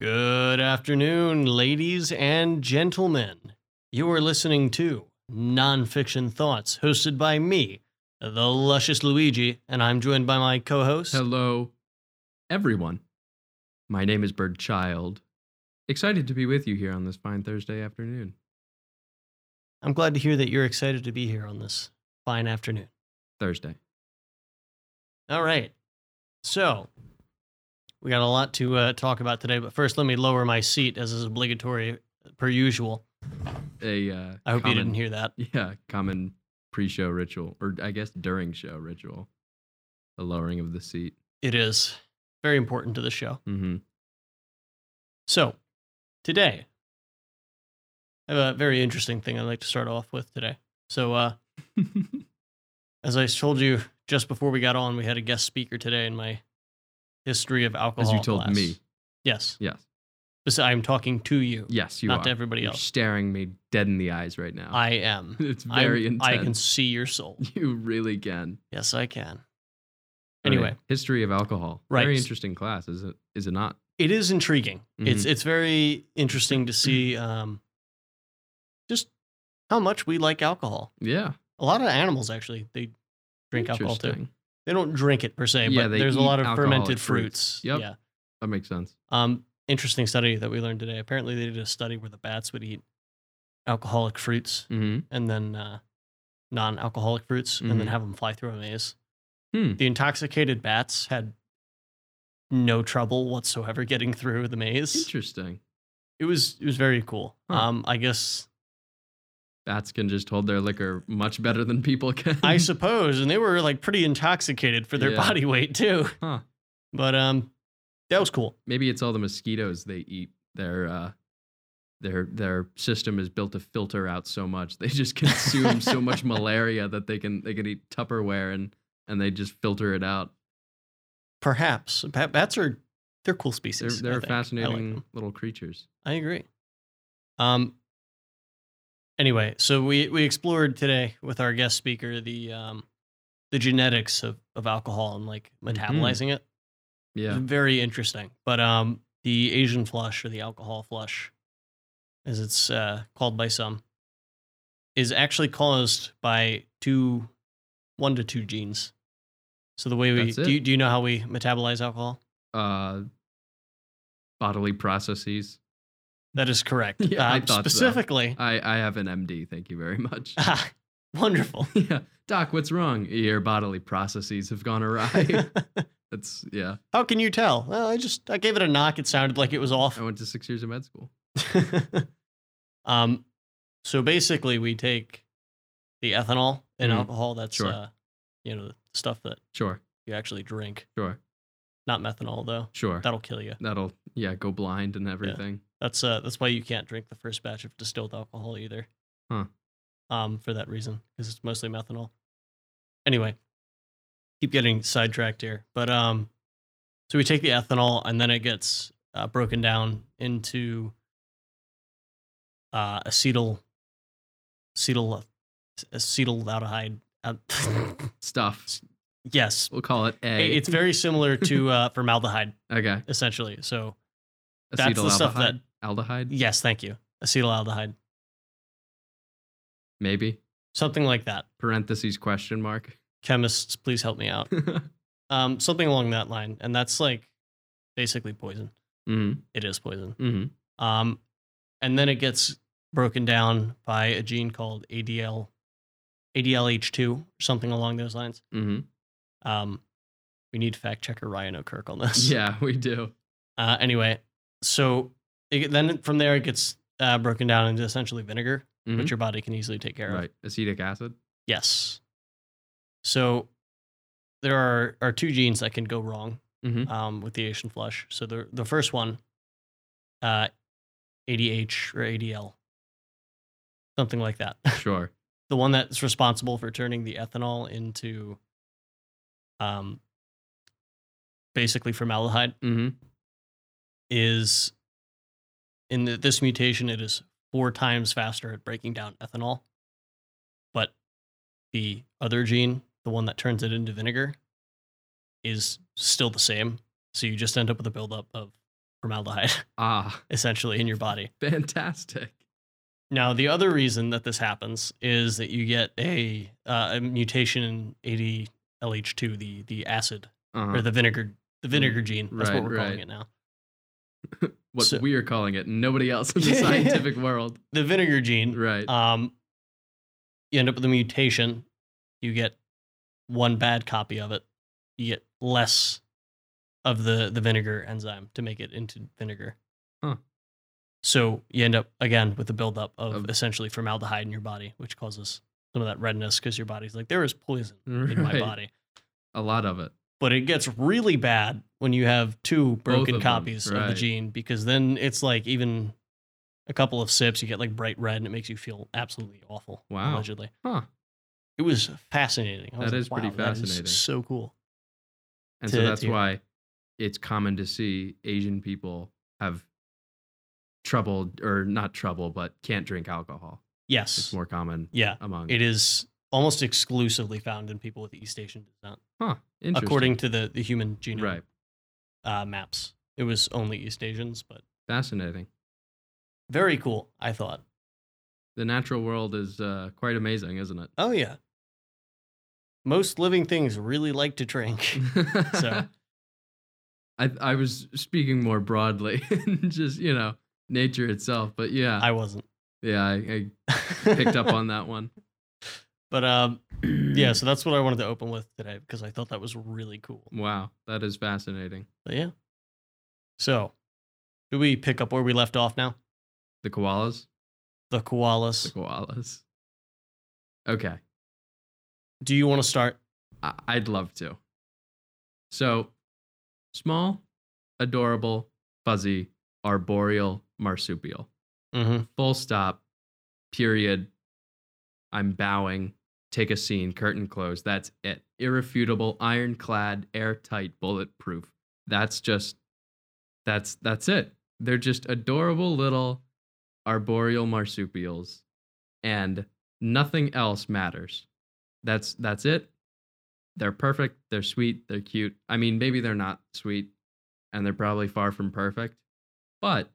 Good afternoon, ladies and gentlemen. You are listening to Nonfiction Thoughts, hosted by me, the luscious Luigi, and I'm joined by my co host. Hello, everyone. My name is Bird Child. Excited to be with you here on this fine Thursday afternoon. I'm glad to hear that you're excited to be here on this fine afternoon. Thursday. All right. So, we got a lot to uh, talk about today, but first let me lower my seat as is obligatory per usual. A uh, I hope common, you didn't hear that. Yeah, common pre-show ritual, or I guess during show ritual, the lowering of the seat. It is very important to the show. Mm-hmm. So, today, I have a very interesting thing I'd like to start off with today. So, uh, as I told you just before we got on, we had a guest speaker today in my history of alcohol. As you told class. me, Yes. yes, Bes- I'm talking to you, yes, you not are. to everybody You're else. staring me dead in the eyes right now. I am. it's I'm- very I intense. Oh, can see your soul. You really can. Yes, I can. All right, Anyway, history of alcohol. Right. Very interesting class, is it? Is it not? it is intriguing. It's Mm-hmm. it's very interesting to see um, just how much we like alcohol. Yeah. A lot of animals actually they drink alcohol too. Interesting. they don't drink it per se, Yeah, but they there's a eat lot of alcoholic fermented fruits. fruits. Yep. Yeah. That makes sense. Um, interesting study that we learned today. Apparently, they did a study where the bats would eat alcoholic fruits Mm-hmm. and then uh, non-alcoholic fruits, and then Mhm. have them fly through a maze. Hmm. The intoxicated bats had no trouble whatsoever getting through the maze. Interesting. It was it was very cool. Huh. Um, I guess Bats can just hold their liquor much better than people can. I suppose, and they were like pretty intoxicated for their Yeah. body weight too. Huh. But um, that was cool. Maybe it's all the mosquitoes they eat. Their uh, their their system is built to filter out so much. They just consume so much malaria that they can they can eat Tupperware and and they just filter it out. Perhaps Ba- bats are they're cool They're species. I they're think. I like fascinating them. little creatures. I agree. Um. Anyway, so we we explored today with our guest speaker the um the genetics of of alcohol and like Mm-hmm. metabolizing it. It's Yeah. Very interesting. But um the Asian flush or the alcohol flush, as it's uh, called by some, is actually caused by two one to two genes. So the way we That's it. do you, do you know how we metabolize alcohol? Uh, bodily processes. That is correct. Yeah, I Um, thought so. specifically. I I have an MD. Thank you very much. Ah, wonderful. yeah. Doc, what's wrong? Your bodily processes have gone awry. That's yeah. How can you tell? Well, I just I gave it a knock. It sounded like it was off. I went to six years of med school. um, so basically, we take the ethanol in Mhm. alcohol. That's Sure. uh, you know, the stuff that Sure, you actually drink. sure, Not methanol though. sure. That'll kill you. That'll yeah, go blind and everything. That's uh, that's why you can't drink the first batch of distilled alcohol either. Huh. Um, for that reason, because it's mostly methanol. Anyway, keep getting sidetracked here, but um, so we take the ethanol and then it gets uh, broken down into uh, acetyl, acetyl, acetaldehyde. Uh, Stuff. yes, We'll call it A. it's very similar to uh, formaldehyde, okay. essentially. So That's the Acetylaldehyde. stuff that- aldehyde. yes, thank you, acetylaldehyde, Maybe something like that. parentheses question mark. chemists, please help me out. mm-hmm. Um, something along that line, and that's like basically poison. It is poison. Mm-hmm. Um, and then it gets broken down by a gene called ADL, ADLH2, something along those lines. Mm-hmm. Um, we need fact checker Ryan O'Kirk on this. Yeah, we do. Uh, anyway, so it, then from there it gets uh, broken down into essentially vinegar, Mhm. which your body can easily take care of. Right. Acetic acid. Yes. So there are, are two genes that can go wrong Mhm. um, with the Asian flush. So the the first one, uh, ADH or ADL, something like that. Sure. the one that's responsible for turning the ethanol into, um, basically formaldehyde Mm-hmm. is, in the, this mutation, it is four times faster at breaking down ethanol, but the other gene, the one that turns it into vinegar, is still the same. So you just end up with a buildup of formaldehyde Ah, essentially in your body. fantastic. Now, the other reason that this happens is that you get a, uh, a mutation in ADLH2, the the acid or Uh-huh. the vinegar the vinegar gene. That's Hmm. Right, what we're right. calling it now. What so- we are calling it, nobody else in the Yeah, yeah, yeah. scientific world. The vinegar gene. Right. Um, you end up with a mutation. You get one bad copy of it. You get less of the the vinegar enzyme to make it into vinegar. Huh. So you end up again with the buildup of, Of- essentially formaldehyde in your body, which causes some of that redness because your body's like there is poison right. in my body. A lot of it. But it gets really bad when you have two broken of them, copies of the right. gene because then it's like even a couple of sips, you get like bright red and it makes you feel absolutely awful. Wow. Allegedly. Huh. It was fascinating. I was That like, is pretty "Wow, that is fascinating." so cool. And to- so that's to- why it's common to see Asian people have trouble or not trouble, but can't drink alcohol. It's Yes. more common Yeah. among It is almost exclusively found in people with East Asian descent. Huh. Interesting. According to the, the human genome Right. uh, maps, it was only East Asians, but Fascinating. very cool, I thought. The natural world is uh, quite amazing, isn't it? Oh, yeah. Most living things really like to drink. So- I I was speaking more broadly, just you know, nature itself. But yeah, I wasn't. yeah, I, I picked up on Mm. that one. But um, yeah, so that's what I wanted to open with today because I thought that was really cool. Wow, that is fascinating. But yeah. So, do we pick up where we left off now? The koalas. The The koalas. koalas. Okay, Do you want to start? I, I'd love to. So, small, adorable, fuzzy, arboreal marsupial. Mm-hmm. full stop, period. I'm bowing. Take a scene, curtain closed. That's it. Irrefutable, ironclad, airtight, bulletproof. That's just that's that's it. They're just adorable little arboreal marsupials and nothing else matters. That's that's it. They're perfect, they're sweet, they're cute. I mean, maybe they're not sweet and they're probably far from perfect, but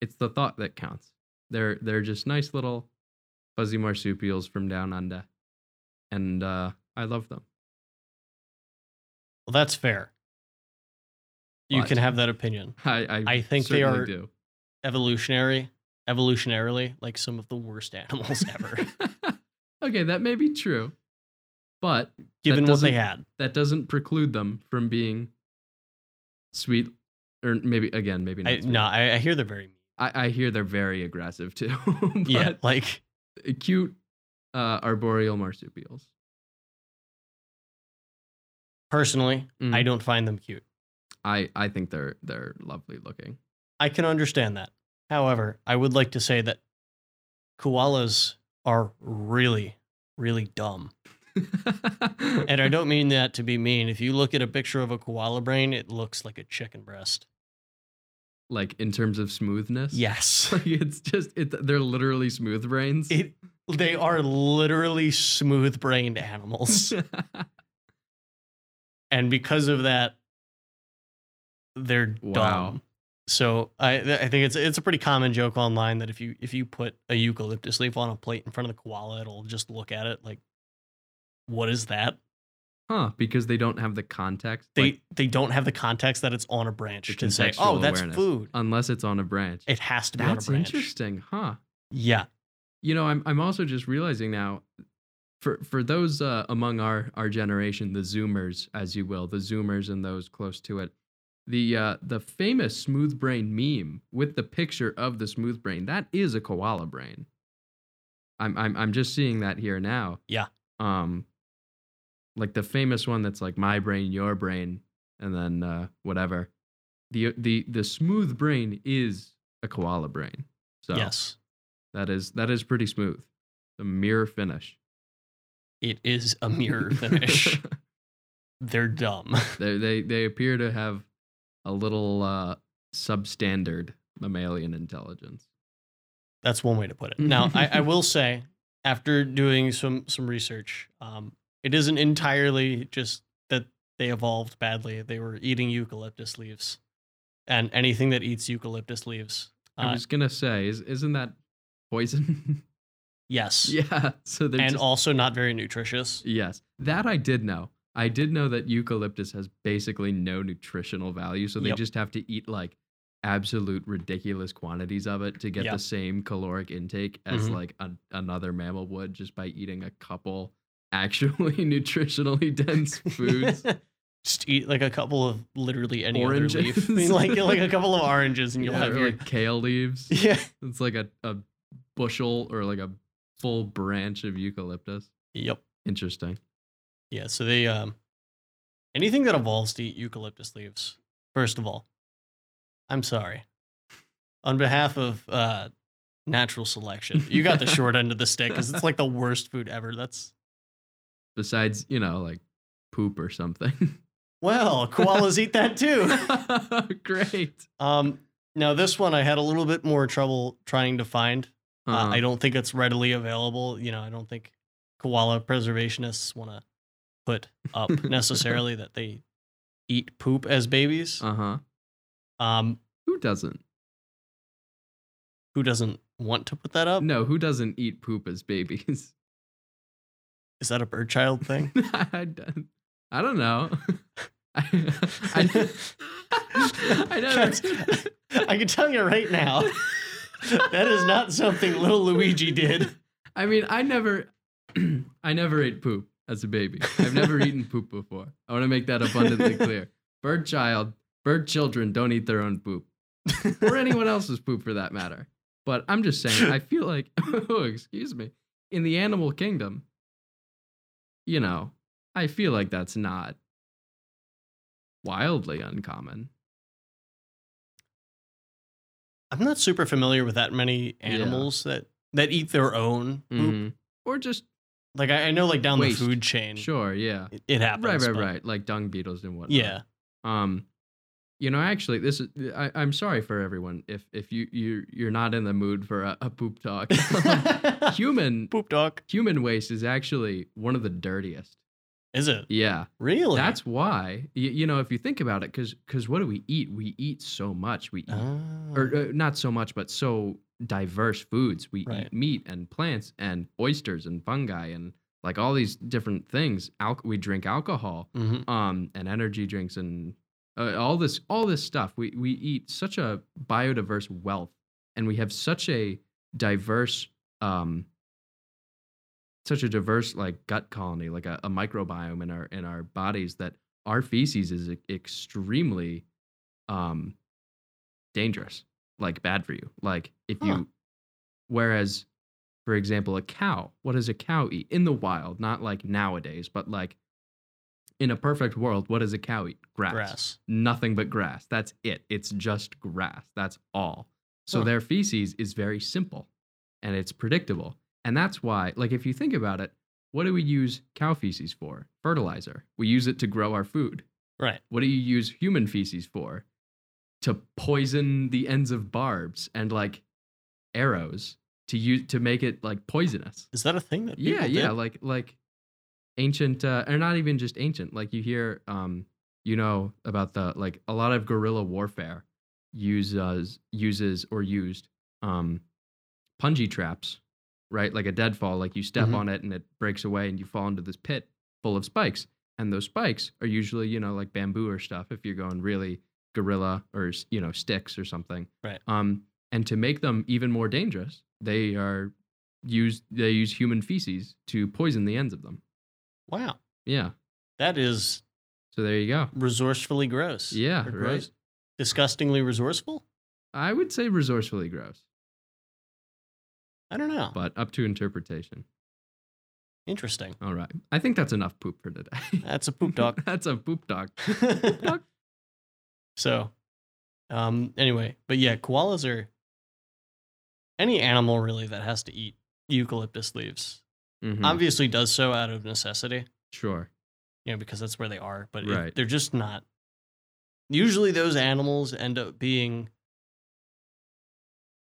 it's the thought that counts. They're they're just nice little fuzzy marsupials from down under, and uh, I love them. Well, that's fair. You But- can have that opinion. I I, I think they certainly are do. Evolutionary, evolutionarily, like some of the worst animals ever, okay, that may be true, but given what they doesn't- had. that doesn't preclude them from being sweet, or maybe again maybe not. I, sweet. no, I, I hear they're very mean. I, I hear they're very aggressive too. but yeah, like cute uh, arboreal marsupials. personally, Mm. I don't find them cute. I I think they're they're lovely looking. I can understand that. However, I would like to say that koalas are really, really dumb. And I don't mean that to be mean. If you look at a picture of a koala brain, it looks like a chicken breast. like in terms of smoothness. Yes. Like it's just it, they're literally smooth brains. It, they are literally smooth brained animals. and because of that, they're Wow. dumb. So I, I think it's it's a pretty common joke online that if you if you put a eucalyptus leaf on a plate in front of the koala, it'll just look at it like, what is that? huh? Because they don't have the context. They like, they don't have the context that it's on a branch The to say, contextual oh, that's awareness. food. unless it's on a branch. It has to be That's on a branch. interesting, huh? Yeah. You know, I'm I'm also just realizing now, for for those uh, among our our generation, the Zoomers, as you will, the Zoomers and those close to it, the uh, the famous smooth brain meme with the picture of the smooth brain that is a koala brain. I'm I'm I'm just seeing that here now. Yeah. Um, like the famous one that's like my brain, your brain, and then uh, whatever. The the the smooth brain is a koala brain. So Yes. that is that is pretty smooth. The mirror finish. It is a mirror finish. They're dumb. they they they appear to have a little uh, substandard mammalian intelligence. That's one way to put it. Now, I, I will say, after doing some some research, um, it isn't entirely just that they evolved badly. They were eating eucalyptus leaves. and anything that eats eucalyptus leaves. I Uh, was gonna say, is isn't that poison? Yes. yeah. So they're and just- also not very nutritious. yes, that I did know. I did know that eucalyptus has basically no nutritional value, so they Yep. just have to eat like absolute ridiculous quantities of it to get Yeah. the same caloric intake as Mhm. like a, another mammal would just by eating a couple actually nutritionally dense foods. Just eat like a couple of literally any other leaf. I Oranges. mean, like like a couple of oranges, and you'll Yeah, have or, your like kale leaves. yeah It's like a, a bushel or like a full branch of eucalyptus. yep Interesting. yeah. So they um anything that evolves to eat eucalyptus leaves. First of all, I'm sorry. On behalf of uh, natural selection, you got the short end of the stick because it's like the worst food ever. That's Besides, you know, like poop or something. well, koalas eat that too. Great. Um, now this one I had a little bit more trouble trying to find. Uh, Uh-huh. I don't think it's readily available. You know, I don't think koala preservationists want to put up necessarily that they eat poop as babies. Uh huh. Um, Who doesn't? who doesn't want to put that up? No, who doesn't eat poop as babies? Is that a bird child thing? I, don't, I don't know. I, I, I That's- know. I can tell you right now, that is not something little Luigi did. I mean, I never, I never ate poop as a baby. I've never eaten poop before. I want to make that abundantly clear. Bird child, bird children don't eat their own poop or anyone else's poop for that matter. But I'm just saying, I feel like, oh, excuse me, in the animal kingdom, you know, I feel like that's not wildly uncommon. I'm not super familiar with that many animals that that eat their own poop. Mhm. Or just Like I, I know, like down Waste. the food chain, sure, yeah, it, it happens. right, right, but- right, like dung beetles and whatnot. Yeah, um you know actually this is I, i'm sorry for everyone if if you you you're not in the mood for a, a poop talk Um, human poop dog. human waste is actually one of the dirtiest Is it yeah really? that's why you, you know if you think about it because because what do we eat we eat so much we eat Oh. or uh, not so much but so diverse foods we Right. eat meat and plants and oysters and fungi and like all these different things Al- we drink alcohol Mhm. um, and energy drinks and uh, all this all this stuff. We we eat such a biodiverse wealth, and we have such a diverse um, such a diverse like gut colony, like a, a microbiome in our in our bodies that our feces is e- extremely um, dangerous, like bad for you. Like if Huh. you, whereas for example, a cow. What does a cow eat in the wild? Not like nowadays, but like in a perfect world, what does a cow eat? Grass. grass. Nothing but grass. That's it. It's just grass. That's all. So Huh. their feces is very simple and it's predictable. And that's why, like, if you think about it, what do we use cow feces for? Fertilizer. We use it to grow our food. Right. What do you use human feces for? To poison the ends of barbs and like arrows to use to make it like poisonous. Is that a thing that? Yeah, people yeah, did? like like ancient uh, or not even just ancient. Like you hear um you know about the like a lot of guerrilla warfare uses uses or used um punji traps, right? Like a deadfall, like you step Mhm. on it and it breaks away and you fall into this pit full of spikes. And those spikes are usually, you know, like bamboo or stuff if you're going really gorilla or s- you know, sticks or something. Right. Um and to make them even more dangerous, they are use they use human feces to poison the ends of them. Wow, Yeah. that is So there you go. resourcefully gross. Yeah, Or right. Disgustingly resourceful. I would say resourcefully gross, I don't know. but up to interpretation. Interesting. All right. I think that's enough poop for today. That's a poop dog. that's a poop talk. dog. so, um. Anyway, but yeah, koalas are any animal really that has to eat eucalyptus leaves Mhm. obviously does so out of necessity. Sure. you know, because that's where they are. But it- Right. they're just not. Usually, those animals end up being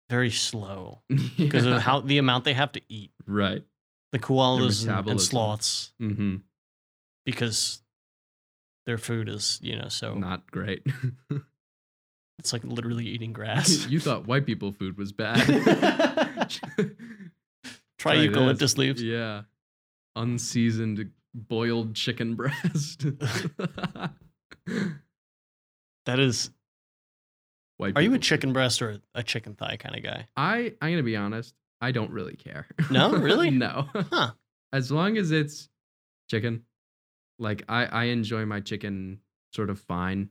very slow because Yeah. of how the amount they have to eat. right. The koalas and, metabolism. and sloths, hmm Oh. because their food is you know so Not great. It's like literally eating grass. you thought white people food was bad. Try eucalyptus leaves. Yeah. Unseasoned boiled chicken breast. That is. White Are you a people chicken breast or a chicken thigh kind of guy? I I'm gonna be honest. I don't really care. No? Really? no. Huh. As long as it's chicken, like I I enjoy my chicken sort of fine.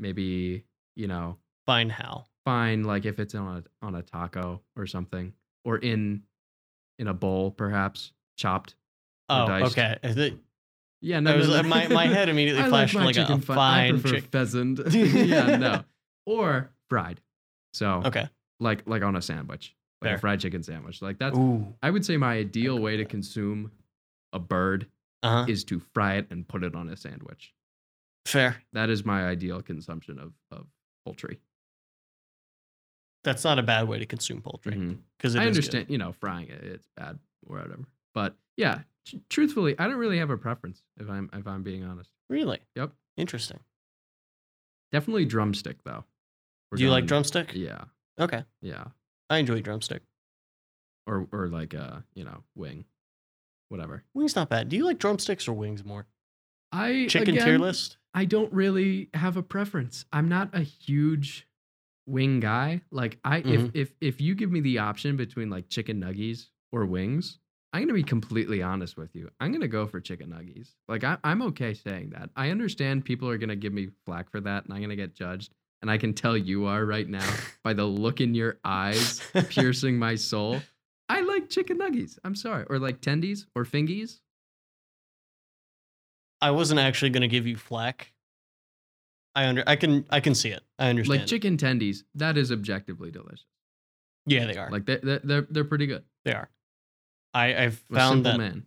Maybe you know Fine, how? fine like if it's on a on a taco or something or in in a bowl perhaps chopped. Or Oh, diced. okay. Is it- Yeah, I no, was, uh, no, no. my, my head immediately I flashed my like, a, chicken a fi- I fine prefer chicken. pheasant. yeah, no. Or fried. So Okay. like like on a sandwich, like Fair. a fried chicken sandwich. Like that's Ooh. I would say my ideal go way to with that. consume a bird Uh huh. is to fry it and put it on a sandwich. Fair. That is my ideal consumption of, of poultry. That's not a bad way to consume poultry Mhm. because I understand, you know, frying it, it's bad or whatever. But yeah, tr- truthfully, I don't really have a preference if I'm if I'm being honest. Really? Yep. Interesting. Definitely drumstick though. We're Do you like going- drumstick? Yeah, Okay. yeah. I enjoy drumstick. Or or like uh, you know, wing, whatever. Wings not bad. Do you like drumsticks or wings more? I Chicken again, tier list. I don't really have a preference. I'm not a huge wing guy. Like I Mhm. if if if you give me the option between like chicken nuggies or wings, I'm gonna be completely honest with you. I'm gonna go for chicken nuggies. Like I, I'm okay saying that. I understand people are gonna give me flack for that and I'm gonna get judged. And I can tell you are right now by the look in your eyes piercing my soul. I like chicken nuggies. I'm sorry. Or like tendies or fingies. I wasn't actually going to give you flack. I under I can I can see it. I understand. Like chicken tendies. That is objectively delicious. Yeah, they are. Like they they they're, they're pretty good. they are. I I've A found simple that man.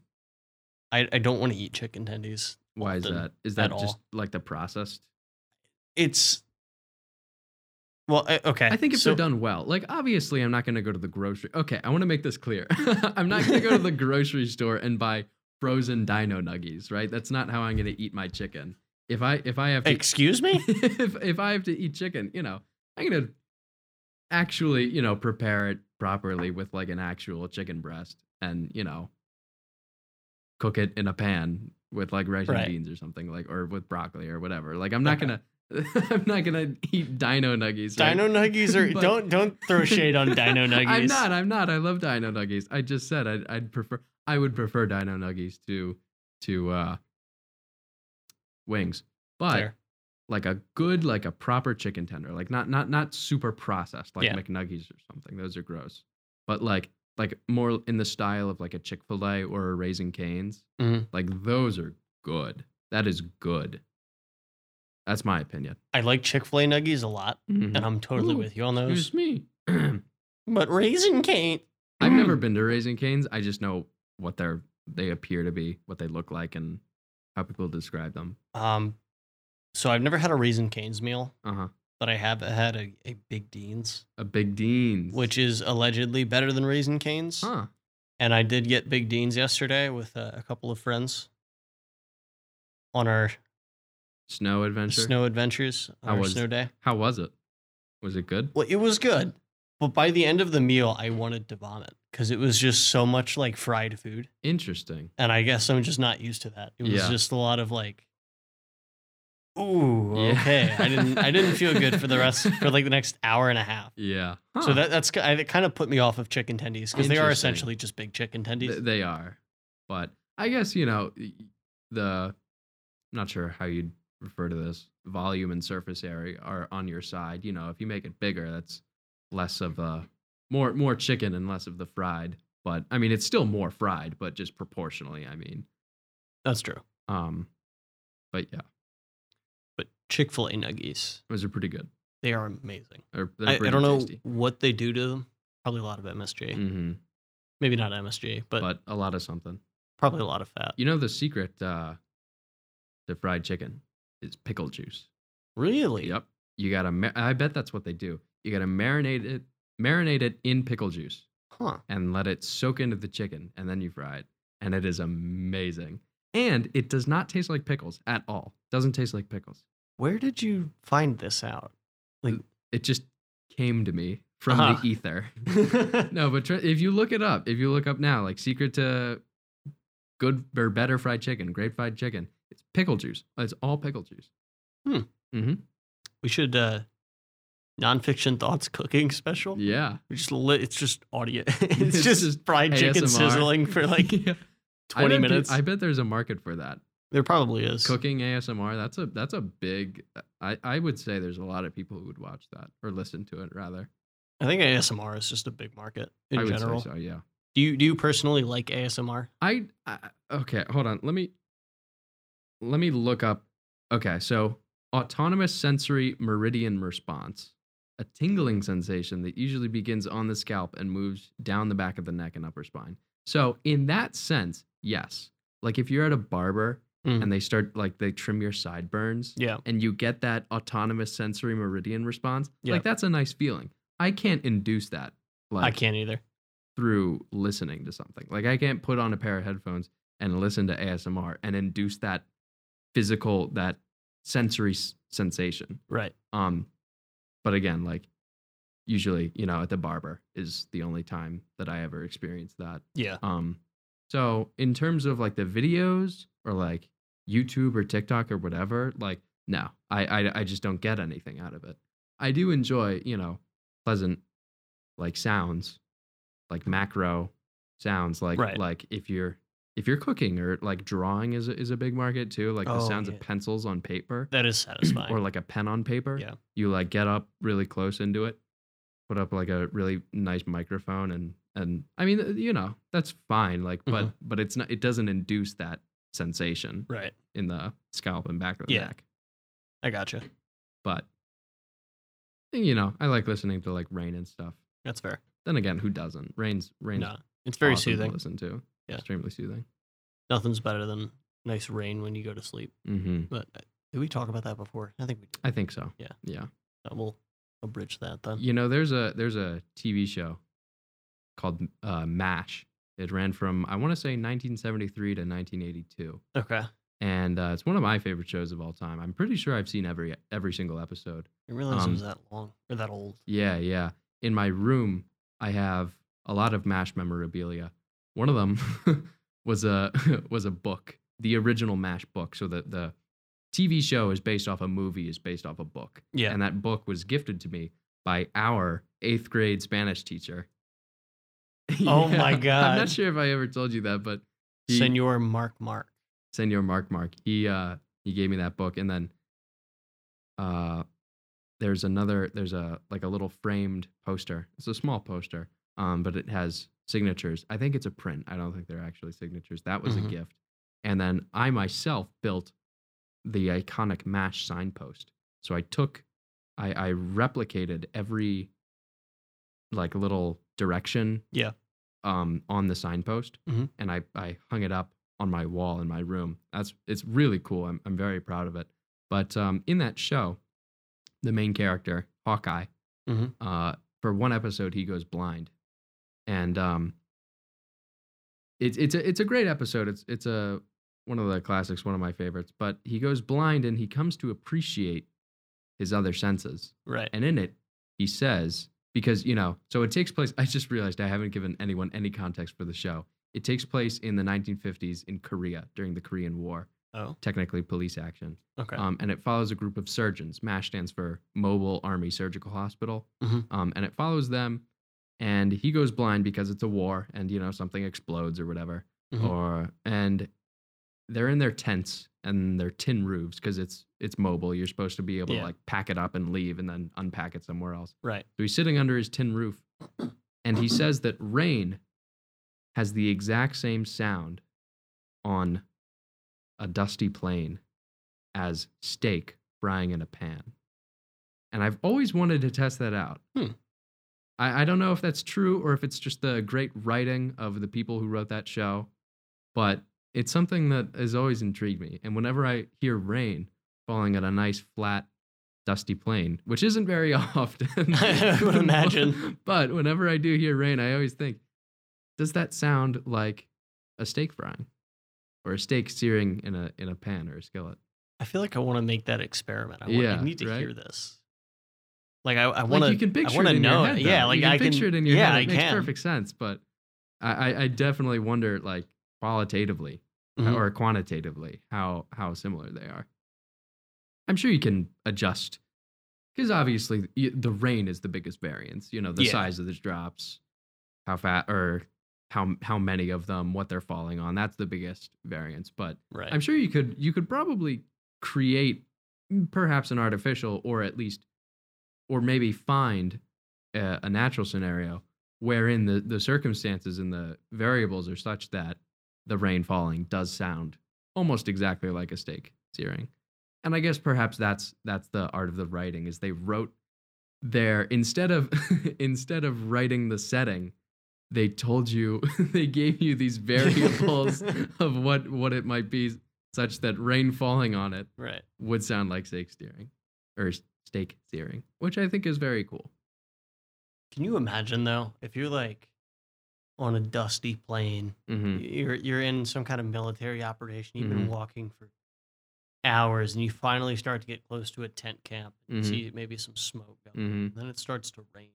I, I don't want to eat chicken tendies. Why is often that? Is at that just all. like the processed? It's well I, okay. I think if Eh, so, they're done well, like obviously, I'm not going to go to the grocery. Okay, I want to make this clear. I'm not going to go to the grocery store and buy frozen dino nuggies. Right? That's not how I'm going to eat my chicken. If I if I have to Excuse me. if if I have to eat chicken, you know, I'm going to actually you know prepare it properly with like an actual chicken breast and you know cook it in a pan with like rice Right. and beans or something like or with broccoli or whatever. Like I'm not Okay. gonna I'm not gonna eat dino nuggies. right? Dino nuggies are But- don't don't throw shade on dino nuggies. I'm not. I'm not. I love dino nuggies. I just said I'd, I'd prefer. I would prefer dino nuggies to to uh, wings, but Fair. like a good, like a proper chicken tender, like not not not super processed, like Yeah. McNuggies or something. Those are gross. But like like more in the style of like a Chick Fil A or a Raising Cane's. Mhm. Like those are good. That is good. That's my opinion. I like Chick Fil A nuggies a lot, and I'm totally Mm. Ooh, with you on those. Excuse me. But raisin cane. I've never been to Raising Canes. I just know what they're they appear to be, what they look like, and how people describe them. Um, so I've never had a raisin canes meal, Uh huh. but I have had a, a Big Dean's, A Big Dean's. which is allegedly better than raisin canes. huh? And I did get Big Dean's yesterday with uh, a couple of friends on our Snow adventure. snow adventures, on How our was- snow day. How was it? Was it good? Well, it was good, but by the end of the meal, I wanted to vomit because it was just so much like fried food. Interesting. and I guess I'm just not used to that. It was Yeah. just a lot of like, ooh, Yeah. okay. I didn't I didn't feel good for the rest for like the next hour and a half. Yeah. So that that's ki- I- it kind of put me off of chicken tendies because they are Interesting. essentially just big chicken tendies. Th- they are, but I guess you know y- the. I'm not sure how you'd refer to this. Volume and surface area are on your side. You know, if you make it bigger, that's less of a more more chicken and less of the fried. But I mean, it's still more fried, but just proportionally. I mean, that's true. um, but yeah, But Chick Fil A nuggies, those are pretty good. they are amazing. They're, they're I, I pretty don't know tasty. what they do to them. Probably a lot of MSG. hmm Maybe not MSG, but, But, a lot of something. probably a lot of fat. You know, the secret uh, to fried chicken is pickle juice. Really? Yep. You gotta. Ma- I bet that's what they do. You gotta marinate it, marinate it in pickle juice, Huh. and let it soak into the chicken, and then you fry it, and it is amazing. And it does not taste like pickles at all. Doesn't taste like pickles. Where did you find this out? Like it just came to me from Uh-huh. the ether. No, but tr- if you look it up, if you look up now, like secret to good or better fried chicken, great fried chicken, it's pickle juice. It's all pickle juice. Hmm. hmm we should uh nonfiction thoughts cooking special. Yeah. We just lit, it's just audio. it's, It's just, just fried chicken ASMR. sizzling for like Yeah. I 20 bet pe- minutes. I bet there's a market for that. there probably is. Cooking ASMR. That's a that's a big. I I would say there's a lot of people who would watch that or listen to it rather. I think ASMR is just a big market in I would general. say so. Yeah. Do you do you personally like ASMR? I, I okay. Hold on. Let me let me look up. Okay, so autonomous sensory meridian response, a tingling sensation that usually begins on the scalp and moves down the back of the neck and upper spine. So in that sense, yes. Like if you're at a barber Mm. and they start like they trim your sideburns, Yeah. and you get that autonomous sensory meridian response, Yeah. like that's a nice feeling. I can't induce that. Like, I can't either. through listening to something. Like I can't put on a pair of headphones and listen to ASMR and induce that physical that sensory s- sensation. Right. Um but again, like usually, you know, at the barber is the only time that I ever experienced that. Yeah. Um so in terms of like the videos or like YouTube or TikTok or whatever, like no, I I, I just don't get anything out of it. I do enjoy, you know, pleasant like sounds, like macro sounds, like Right. like if you're if you're cooking or like drawing is a, is a big market too, like the Oh, sounds yeah. of pencils on paper That is satisfying. or like a pen on paper. Yeah. You like get up really close into it, put up like a really nice microphone and and I mean, uh, you know, that's fine. Like, but Mhm. but it's not it doesn't induce that sensation right. in the scalp and back of the Yeah. neck. I gotcha. But you know, I like listening to like rain and stuff. That's fair. Then again, who doesn't? Rain's rain's No. It's very awesome to soothing. listen to. Yeah. Extremely soothing. Nothing's better than nice rain when you go to sleep. hmm But uh, did we talk about that before? I think we did. I think so. Yeah. Yeah. Uh, we'll abridge that then. You know, there's a there's a TV show called uh, MASH. It ran from I want to say 1973 to 1982, Okay. and uh, it's one of my favorite shows of all time. I'm pretty sure I've seen every every single episode. I realized Um, it was that long or that old. Yeah, yeah. In my room, I have a lot of MASH memorabilia. One of them was a was a book, the original MASH book. So the the TV show is based off a movie, is based off a book. Yeah. And that book was gifted to me by our eighth grade Spanish teacher. Oh my I'm God. not sure if I ever told you that, but he, Senor Mark Mark. Senor Mark Mark, he uh he gave me that book and then uh there's another there's a like a little framed poster. It's a small poster, um, but it has signatures. I think it's a print. I don't think they're actually signatures. That was Mhm. a gift. And then I myself built the iconic MASH signpost. So I took I, I replicated every like little direction Yeah. um on the signpost Mhm. and I, I hung it up on my wall in my room. That's it's really cool. I'm I'm very proud of it. But um in that show, the main character, Hawkeye, Mhm. uh for one episode he goes blind. And um it's it's a it's a great episode. It's it's a one of the classics, one of my favorites. But he goes blind and he comes to appreciate his other senses. Right. And in it, he says, because, you know, so it takes place. I just realized I haven't given anyone any context for the show. It takes place in the 1950s in Korea during the Korean War, Oh, technically police action. okay. Um, and it follows a group of surgeons. MASH stands for Mobile Army Surgical Hospital. Mhm. Um, and it follows them. And he goes blind because it's a war and, you know, something explodes or whatever. Mhm. Or, and they're in their tents and their tin roofs because it's, it's mobile. You're supposed to be able Yeah. to like pack it up and leave and then unpack it somewhere else. right. So he's sitting under his tin roof, and he says that rain has the exact same sound on a dusty plain as steak frying in a pan. And I've always wanted to test that out. Hmm. I, I don't know if that's true or if it's just the great writing of the people who wrote that show, but it's something that has always intrigued me. And whenever I hear rain falling on a nice, flat, dusty plain, which isn't very often, I would imagine. But whenever I do hear rain, I always think, does that sound like a steak frying or a steak searing in a in a pan or a skillet? I feel like I want to make that experiment. I, want, I Yeah, need to right? hear this. Like I, I want Like to. you can picture I want it to in know. your head. it. though. yeah, like you can I picture can. it in your yeah, head. I it makes can. perfect sense. But I, I, I definitely wonder, like qualitatively Mhm. or quantitatively, how how similar they are. I'm sure you can adjust because obviously y- the rain is the biggest variance. You know, the Yeah. size of the drops, how fat or how how many of them, what they're falling on. That's the biggest variance. But Right. I'm sure you could you could probably create perhaps an artificial or at least or maybe find a, a natural scenario wherein the, the circumstances and the variables are such that the rain falling does sound almost exactly like a steak searing. And I guess perhaps that's that's the art of the writing is they wrote their instead of instead of writing the setting, they told you they gave you these variables of what what it might be such that rain falling on it Right. would sound like steak steering or s- steak steering, which I think is very cool. Can you imagine though if you're like on a dusty plane, Mm-hmm. you're you're in some kind of military operation, you've Mhm. been walking for hours, and you finally start to get close to a tent camp, and Mhm. see maybe some smoke, up, Mhm. and then it starts to rain,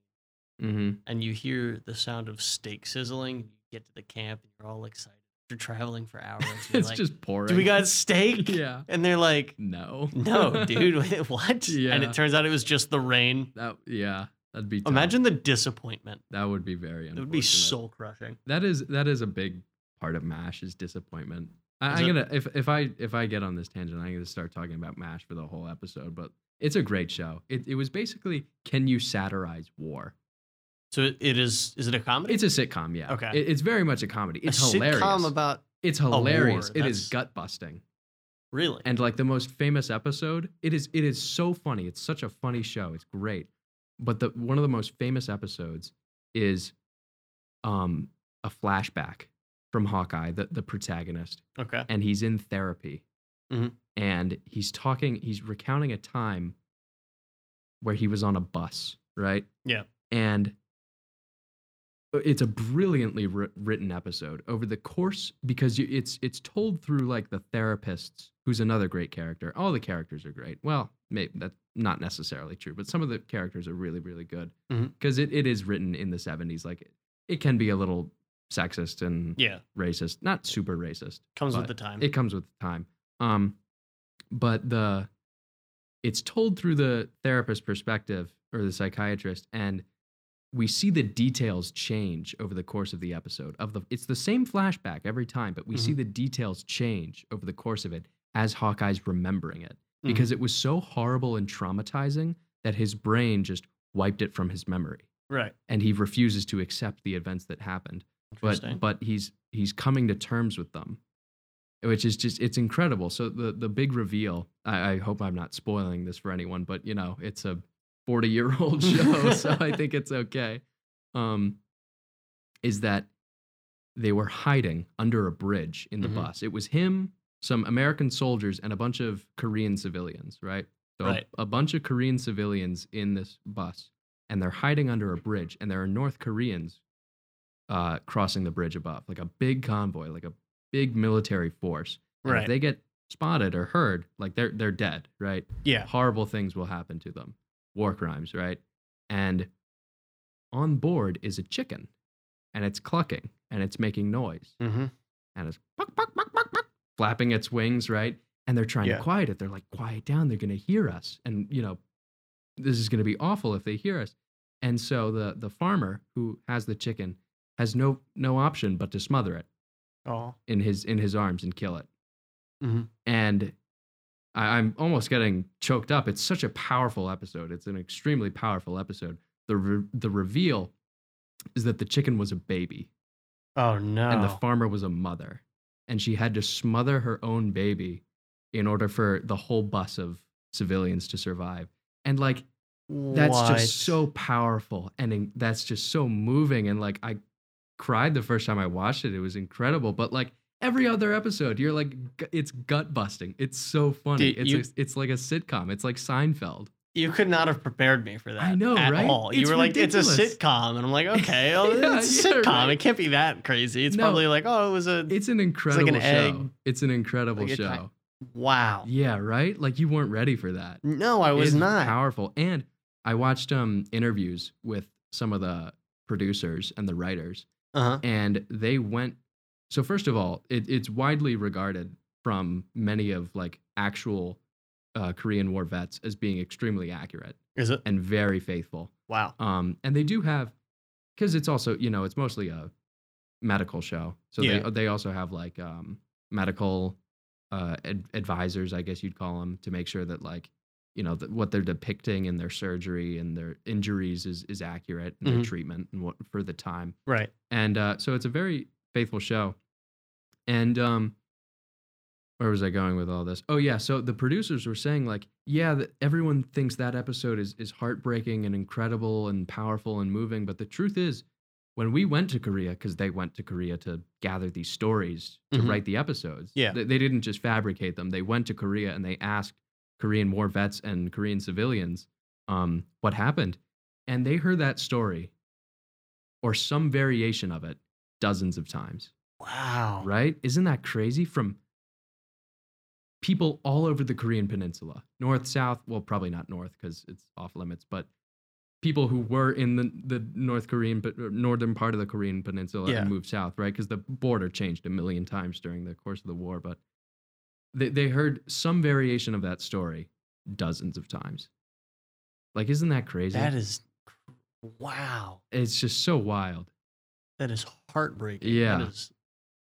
Mm-hmm. and you hear the sound of steak sizzling. You get to the camp, and you're all excited. You're traveling for hours. and you're It's like, just pouring. do we got steak? yeah. And they're like, No. no, dude, what? And Yeah. it turns out it was just the rain. that yeah, that'd be tough. Imagine the disappointment. that would be very. It would be unfortunate. soul crushing. That is that is a big part of Mash is disappointment. I, Is I'm it- gonna if if I if I get on this tangent, I'm gonna start talking about Mash for the whole episode. But it's a great show. It it was basically can you satirize war? So it- it is. Is it a comedy? It's a sitcom, yeah. Okay. It- it's very much a comedy. It's a hilarious. sitcom about it's hilarious. war, It that's- is gut busting. really. And like the most famous episode, it is it is so funny. It's such a funny show. It's great. But the one of the most famous episodes is um a flashback from Hawkeye, the, the protagonist okay. and he's in therapy Mhm. and he's talking he's recounting a time where he was on a bus right Yeah. and it's a brilliantly wri- written episode over the course because you, it's it's told through like the therapist who's another great character all the characters are great well maybe that's not necessarily true but some of the characters are really really good Mhm. because it, it is written in the 70s like it, it can be a little sexist and Yeah. racist not super racist Comes with But the time. it comes with time um but the it's told through the therapist perspective or the psychiatrist and we see the details change over the course of the episode of the it's the same flashback every time but we see the details change over the course of it as hawkeye's remembering it Mhm. because it was so horrible and traumatizing that his brain just wiped it from his memory right. and he refuses to accept the events that happened Interesting. but but he's he's coming to terms with them which is just it's incredible so the the big reveal i, I hope i'm not spoiling this for anyone but you know it's a 40 year old show so i think it's okay um is that they were hiding under a bridge in the Mhm. bus it was him some american soldiers and a bunch of korean civilians right so a- Right. a bunch of korean civilians in this bus and they're hiding under a bridge and there are north koreans uh, crossing the bridge above, like a big convoy, like a big military force. And If right. they get spotted or heard, like they're they're dead, right? yeah. Horrible things will happen to them, war crimes, right? And on board is a chicken, and it's clucking and it's making noise Mm-hmm. and it's buck, buck, buck, buck, buck, flapping its wings, right? And they're trying Yeah. to quiet it. They're like, quiet down. They're going to hear us. And, you know, this is going to be awful if they hear us. And so the, the farmer who has the chicken has no, no option but to smother it Oh. in his, in his arms and kill it. Mhm. And I, I'm almost getting choked up. It's such a powerful episode. It's an extremely powerful episode. The, re- the reveal is that the chicken was a baby Oh no. and the farmer was a mother and she had to smother her own baby in order for the whole bus of civilians to survive and like that's What? just so powerful and in- that's just so moving and like i cried the first time i watched it it was incredible but like every other episode you're like gu- it's gut busting it's so funny Dude, it's you- a- it's like a sitcom it's like seinfeld You could not have prepared me for that. I know, at right? all. You It's were like, it's ridiculous. a sitcom, and I'm like, okay, well, Yeah, it's a yeah, sitcom. right. It can't be that crazy. It's No. probably like, oh, it was a it's an incredible show egg. it's an incredible Like, it's show like- wow. yeah right like you weren't ready for that No, I was is not. powerful. And I watched um interviews with some of the producers and the writers, Uh huh. and they went so first of all it, it's widely regarded from many of like actual uh, korean war vets as being extremely accurate Is it? and very faithful Wow. um, and they do have because it's also you know it's mostly a medical show so Yeah. they, they also have like um, medical uh, ad- advisors i guess you'd call them to make sure that like you know that what they're depicting in their surgery and their injuries is is accurate and their Mhm. treatment and what for the time Right. and uh, so it's a very faithful show. And um, where was I going with all this? Oh yeah, so the producers were saying like, yeah, that everyone thinks that episode is is heartbreaking and incredible and powerful and moving, but the truth is, when we went to Korea, because they went to Korea to gather these stories to Mhm. write the episodes. Yeah. they, they didn't just fabricate them. They went to Korea and they asked Korean war vets and Korean civilians um, what happened, and they heard that story or some variation of it dozens of times, Wow. right? Isn't that crazy? From people all over the Korean peninsula, north, south, well, probably not north because it's off limits, but people who were in the, the North Korean, but uh, northern part of the Korean peninsula Yeah. and moved south, right? Because the border changed a million times during the course of the war, but they, they heard some variation of that story dozens of times. Like, isn't that crazy? That is. Wow. it's just so wild. That is heartbreaking. Yeah. That is,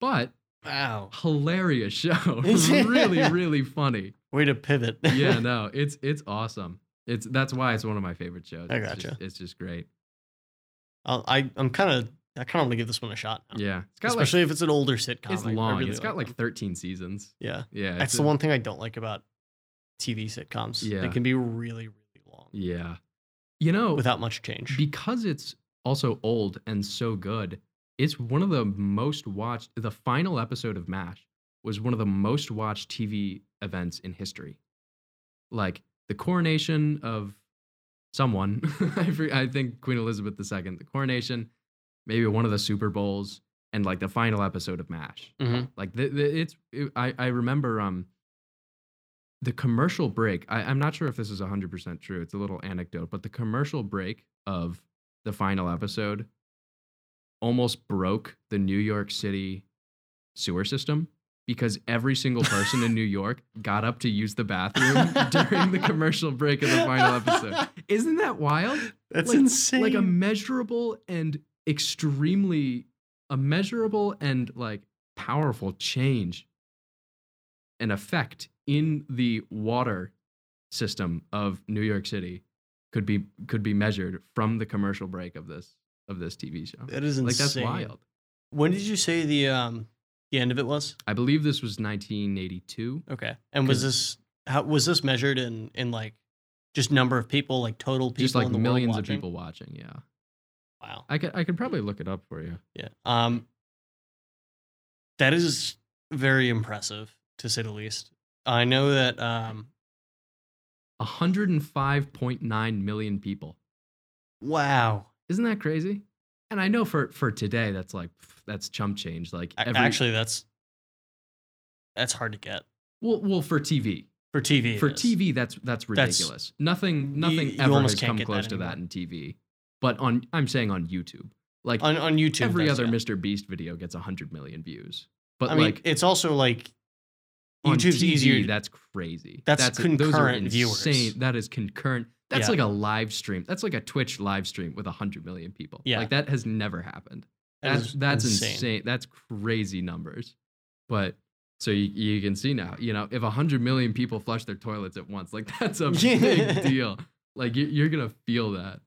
But wow. hilarious show. Is it? really, really funny. Way to pivot. Yeah, no, it's it's awesome. It's that's why it's one of my favorite shows. I It's gotcha. just- It's just great. I'll, I I'm kind of I kind of want to give this one a shot. Now. Yeah, it's got Oh. Especially if it's an older sitcom. like it's I- I long. really it's got like like them. 13 seasons. yeah. Yeah, That's it's the a- one thing I don't like about TV sitcoms. They Yeah. can be really really long Yeah, you know, without much change. because it's also old and so good. It's one of the most watched. The final episode of MASH was one of the most watched TV events in history. Like the coronation of someone, I for- I think Queen Elizabeth II, the coronation, maybe one of the Super Bowls, and like the final episode of MASH. Mhm. Like the, the, it's, it, I I remember um the commercial break. I, I'm not sure if this is 100% true. It's a little anecdote, but the commercial break of the final episode almost broke the New York City sewer system because every single person in New York got up to use the bathroom during the commercial break of the final episode. Isn't that wild? That's like- insane. Like a measurable and extremely a measurable and like powerful change and effect in the water system of New York City could be could be measured from the commercial break of this of this TV show. that is insane. Like that's wild. When did you say the um the end of it was? I believe this was 1982. Okay. And was 'Cause- this how was this measured in in like just number of people, like total people Just like in the millions world of watching? people watching, yeah. Wow. I could I could probably look it up for you. Yeah. Um that is very impressive to say the least. I know that um 105.9 million people. wow. Isn't that crazy? And I know for for today that's like pff, that's chump change. Like A- every, Actually that's that's hard to get well, well for TV for TV. it for is. TV that's that's That's- ridiculous. nothing you- nothing you ever almost has can't come get that close to that in TV. But on I'm saying on YouTube, like on on YouTube. every that's other it. Mr. Beast video gets 100 million views. But I mean, like it's also like on YouTube's TV, easier. That's crazy. That's those are concurrent viewers. insane. That is concurrent. That's Yeah. like a live stream. That's like a Twitch live stream with 100 million people. Yeah. Like that has never happened. That That's is that's insane. That's crazy numbers. But so you, you can see now, you know, if 100 million people flush their toilets at once, like that's a big deal. Like you, you're going to feel that.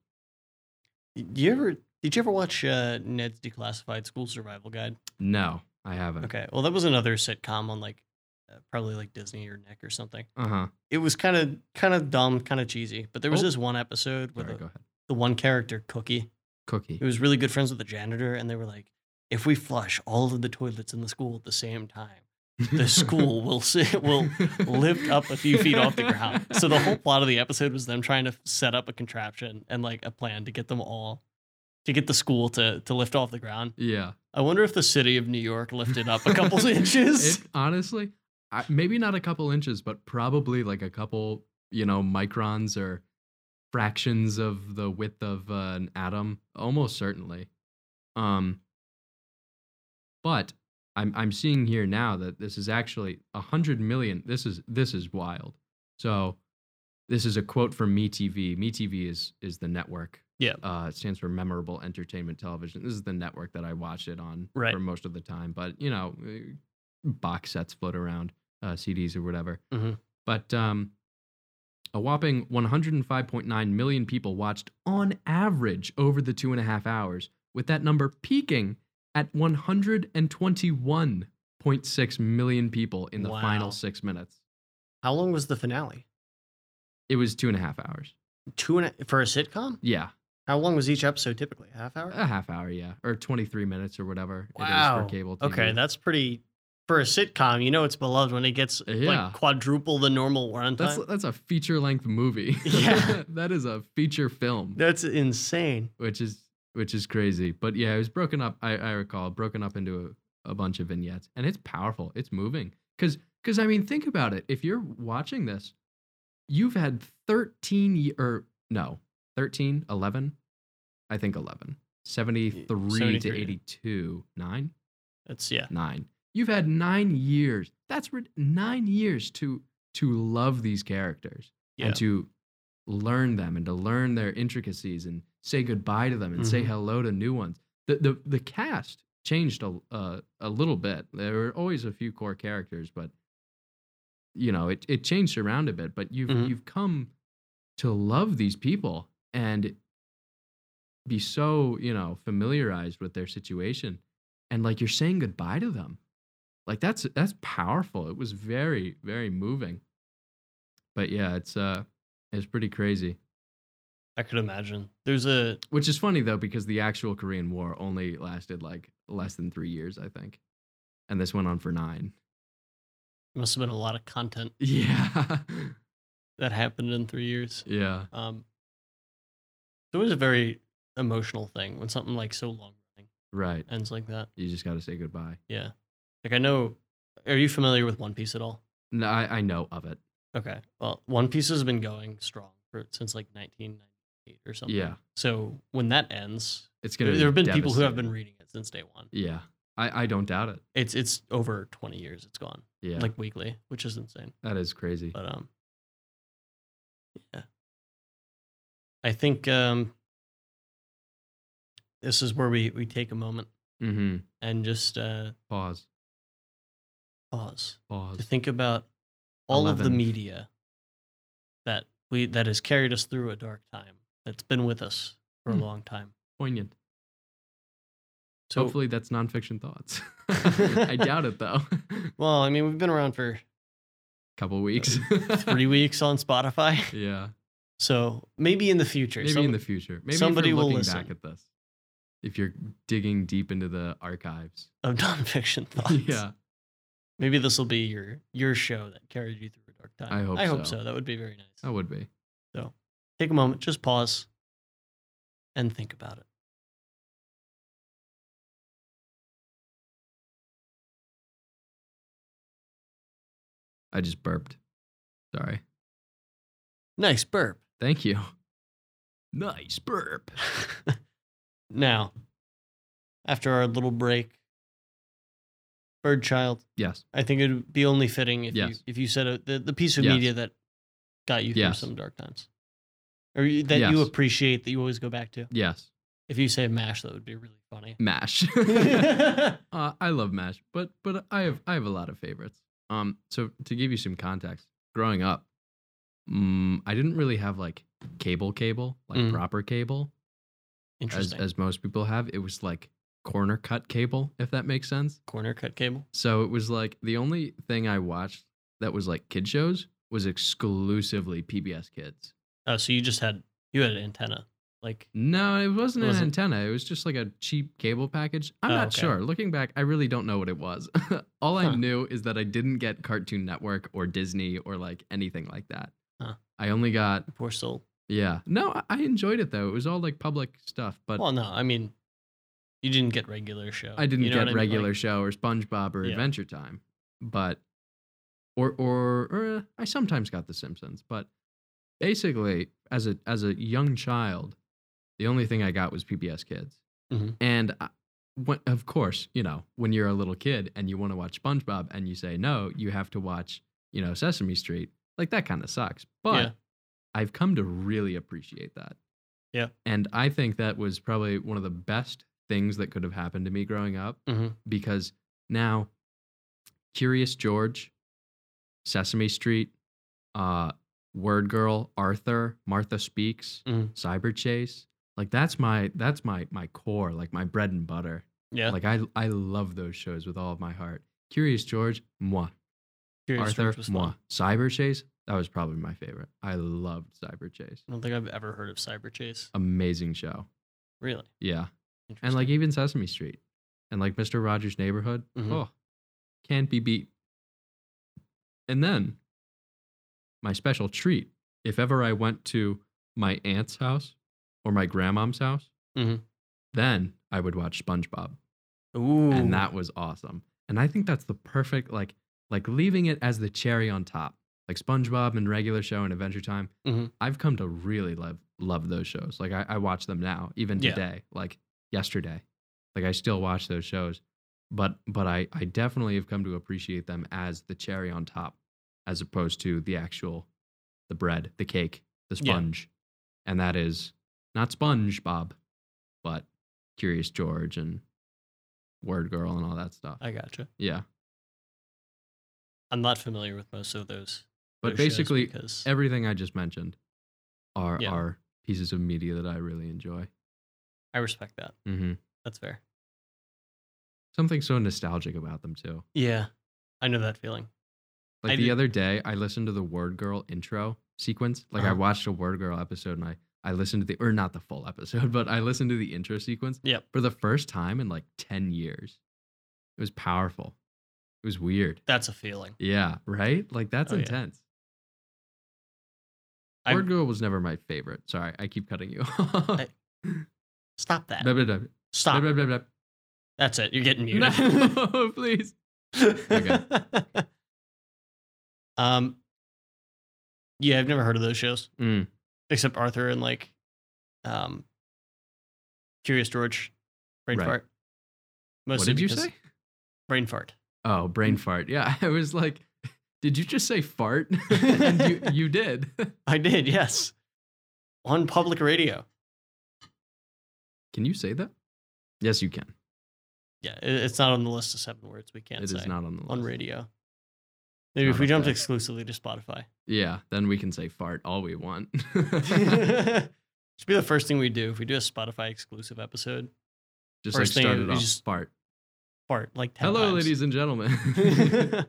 Do you ever did you ever watch uh, Ned's Declassified School Survival Guide? No, I haven't. Okay, well that was another sitcom on like uh, probably like Disney or Nick or something. Uh huh. It was kind of kind of dumb, kind of cheesy, but there was Oh. this one episode where Sorry, go the, ahead. the one character Cookie, Cookie. he was really good friends with the janitor, and they were like, if we flush all of the toilets in the school at the same time, the school will s- will lift up a few feet off the ground. So the whole plot of the episode was them trying to set up a contraption and like a plan to get them all to get the school to to lift off the ground. Yeah. I wonder if the city of New York lifted up a couple inches. It, honestly, I, maybe not a couple inches, but probably like a couple, you know, microns or fractions of the width of uh, an atom, almost certainly. Um, but I'm I'm seeing here now that this is actually hundred million. This is this is wild. So this is a quote from MeTV. MeTV is is the network. Yeah. Uh, it stands for Memorable Entertainment Television. This is the network that I watch it on Right. for most of the time. But you know, eh, box sets float around, uh, CDs or whatever. Mhm. But um, a whopping 105.9 million people watched on average over the two and a half hours, with that number peaking at 121.6 million people in the Wow. final six minutes. How long was the finale? It was two and a half hours. Two and a, for a sitcom? Yeah, How long was each episode typically? A half hour? a half hour, yeah, or 23 minutes or whatever it Wow. is for cable TV. okay, that's pretty. For a sitcom, you know it's beloved when it gets Uh, Yeah. like quadruple the normal runtime. that's That's, that's a feature length movie. Yeah. that is a feature film. insane. which is which is crazy. But yeah, it was broken up. I, I recall broken up into a, a bunch of vignettes, and it's powerful. It's moving because because I mean, think about it. If you're watching this, you've had thirteen ye- or no 13, 11, I think 11, 73, 73, to yeah. 82, nine, That's yeah. nine. You've had nine years. That's rid- nine years to to love these characters Yeah. and to learn them and to learn their intricacies and say goodbye to them and say Mhm. hello to new ones. The the the cast changed a uh, a little bit. There were always a few core characters, but you know it it changed around a bit. But you've Mhm. you've come to love these people and be so you know familiarized with their situation and like you're saying goodbye to them like that's that's powerful it was very very moving but yeah it's uh it's pretty crazy I could imagine. There's a which is funny though because the actual korean war only lasted like less than three years i think and this went on for nine must have been a lot of content yeah that happened in three years. yeah Um, it's always a very emotional thing when something like so long running right ends like that. you just gotta say goodbye Yeah. Like I know. Are you familiar with One Piece at all? no i, I know of it Okay. Well, One Piece has been going strong for since like 1998 or something. yeah So when that ends, it's there, gonna be there have been people who have been devastating. reading it since day one. yeah i i don't doubt it It's it's over 20 years. It's gone yeah like weekly, which is insane. that is crazy But um, yeah. I think um, this is where we we take a moment mm-hmm and just uh, pause pause to pause think about all of the Eleven. media that we that has carried us through a dark time that's been with us for Hmm. a long time. poignant So Hopefully that's nonfiction thoughts. I doubt it though. well, I mean, we've been around for Couple weeks. three weeks on Spotify, yeah. so maybe in the future, Maybe in some- the future. Maybe somebody if you're will looking listen. back at this. If you're digging deep into the archives. of nonfiction thoughts. yeah. Maybe this will be your your show that carried you through a dark time. I hope I hope so. so. Oh. That would be very nice. That would be. Take a moment, just pause, and think about it. I just burped. Sorry. Nice burp. Thank you. Nice burp. now, after our little break, Birdchild, Yes. I think it would be only fitting if you Yes. if you said a, the the piece of Yes. media that got you through Yes. some dark times, or you, that you Yes. appreciate that you always go back to. Yes. If you say Mash, that would be really funny. Mash. Uh, I love Mash, but but I have I have a lot of favorites. Um, so to give you some context, growing up, mm, I didn't really have like cable, cable, like Mm. proper cable, as Interesting. as most people have. It was like corner cut cable, if that makes sense. Corner cut cable. So it was like the only thing I watched that was like kid shows was exclusively PBS Kids. Oh, so you just had you had an antenna, like No, it wasn't It an wasn't- antenna. It was just like a cheap cable package. I'm Oh, not okay. sure. Looking back, I really don't know what it was. All Huh. I knew is that I didn't get Cartoon Network or Disney or like anything like that. Huh. I only got poor soul. yeah. No, I- I enjoyed it though. It was all like public stuff, but well, no, I mean, you didn't get regular show. I didn't You know what get mean? Like, regular show or SpongeBob or Yeah. Adventure Time, but or or, or uh, I sometimes got The Simpsons, but basically as a as a young child, the only thing I got was PBS Kids, Mhm. and I, when, of course, you know, when you're a little kid and you want to watch SpongeBob and you say no, you have to watch you know Sesame Street. Like that kind of sucks, but Yeah. I've come to really appreciate that. Yeah. and I think that was probably one of the best things that could have happened to me growing up Mhm. because now Curious George, Sesame Street, uh, Word Girl, Arthur, Martha Speaks, Mhm. Cyber Chase. Like that's my that's my my core, like my bread and butter. Yeah. Like I I love those shows with all of my heart. Curious George, moi. Curious Arthur, George was fun. moi. Cyber Chase, that was probably my favorite. I loved Cyber Chase. I don't think I've ever heard of Cyber Chase. Amazing show. Really? Yeah. Uh, And like even Sesame Street and like Mr. Rogers' Neighborhood. Mhm. Oh, can't be beat. And then my special treat if ever I went to my aunt's house or my grandmom's house, Mhm. then I would watch SpongeBob. Ooh. And that was awesome. And I think that's the perfect, like, like leaving it as the cherry on top, like SpongeBob and Regular Show and Adventure Time. Mhm. I've come to really love love those shows. Like I, I watch them now, even Yeah. today, like yesterday. Like I still watch those shows, but but I I definitely have come to appreciate them as the cherry on top, as opposed to the actual, the bread, the cake, the Yeah. sponge, and that is not SpongeBob, but Curious George and Word Girl and all that stuff. I gotcha. yeah, I'm not familiar with most of those. those shows but basically because everything I just mentioned are Yeah. are pieces of media that I really enjoy. I respect that. Mm-hmm. That's fair. Something so nostalgic about them too. Yeah, I know that feeling. Like I the did- other day, I listened to the Word Girl intro sequence. Like I Uh-huh. watched a Word Girl episode and I I listened to the or not the full episode, but I listened to the intro sequence. Yep. For the first time in like ten years, it was powerful. It was weird. That's a feeling. Yeah. Right. Like that's Oh, yeah. intense. I- Word Girl was never my favorite. Sorry, I keep cutting you. off. Stop that. Blah, blah, blah, Stop. blah, blah, blah, blah. That's it. You're getting muted. No, please. um. Yeah, I've never heard of those shows Mm, except Arthur and like, um, Curious George, brain Right. fart. What Mostly did you because- say? Brain fart. Oh, Mm. brain fart. Yeah, I was like, did you just say fart? and you, you did. I did. Yes, on public radio. Can you say that? Yes, you can. Yeah, it, it's not on the list of seven words we can't It is say not on the list. on radio. Maybe Not if we up jumped there. exclusively to Spotify. Yeah, then we can say fart all we want. Should be the first thing we do if we do a Spotify exclusive episode. just like First thing start is it off. just- fart. Fart like 10 Hello, times. ladies and gentlemen.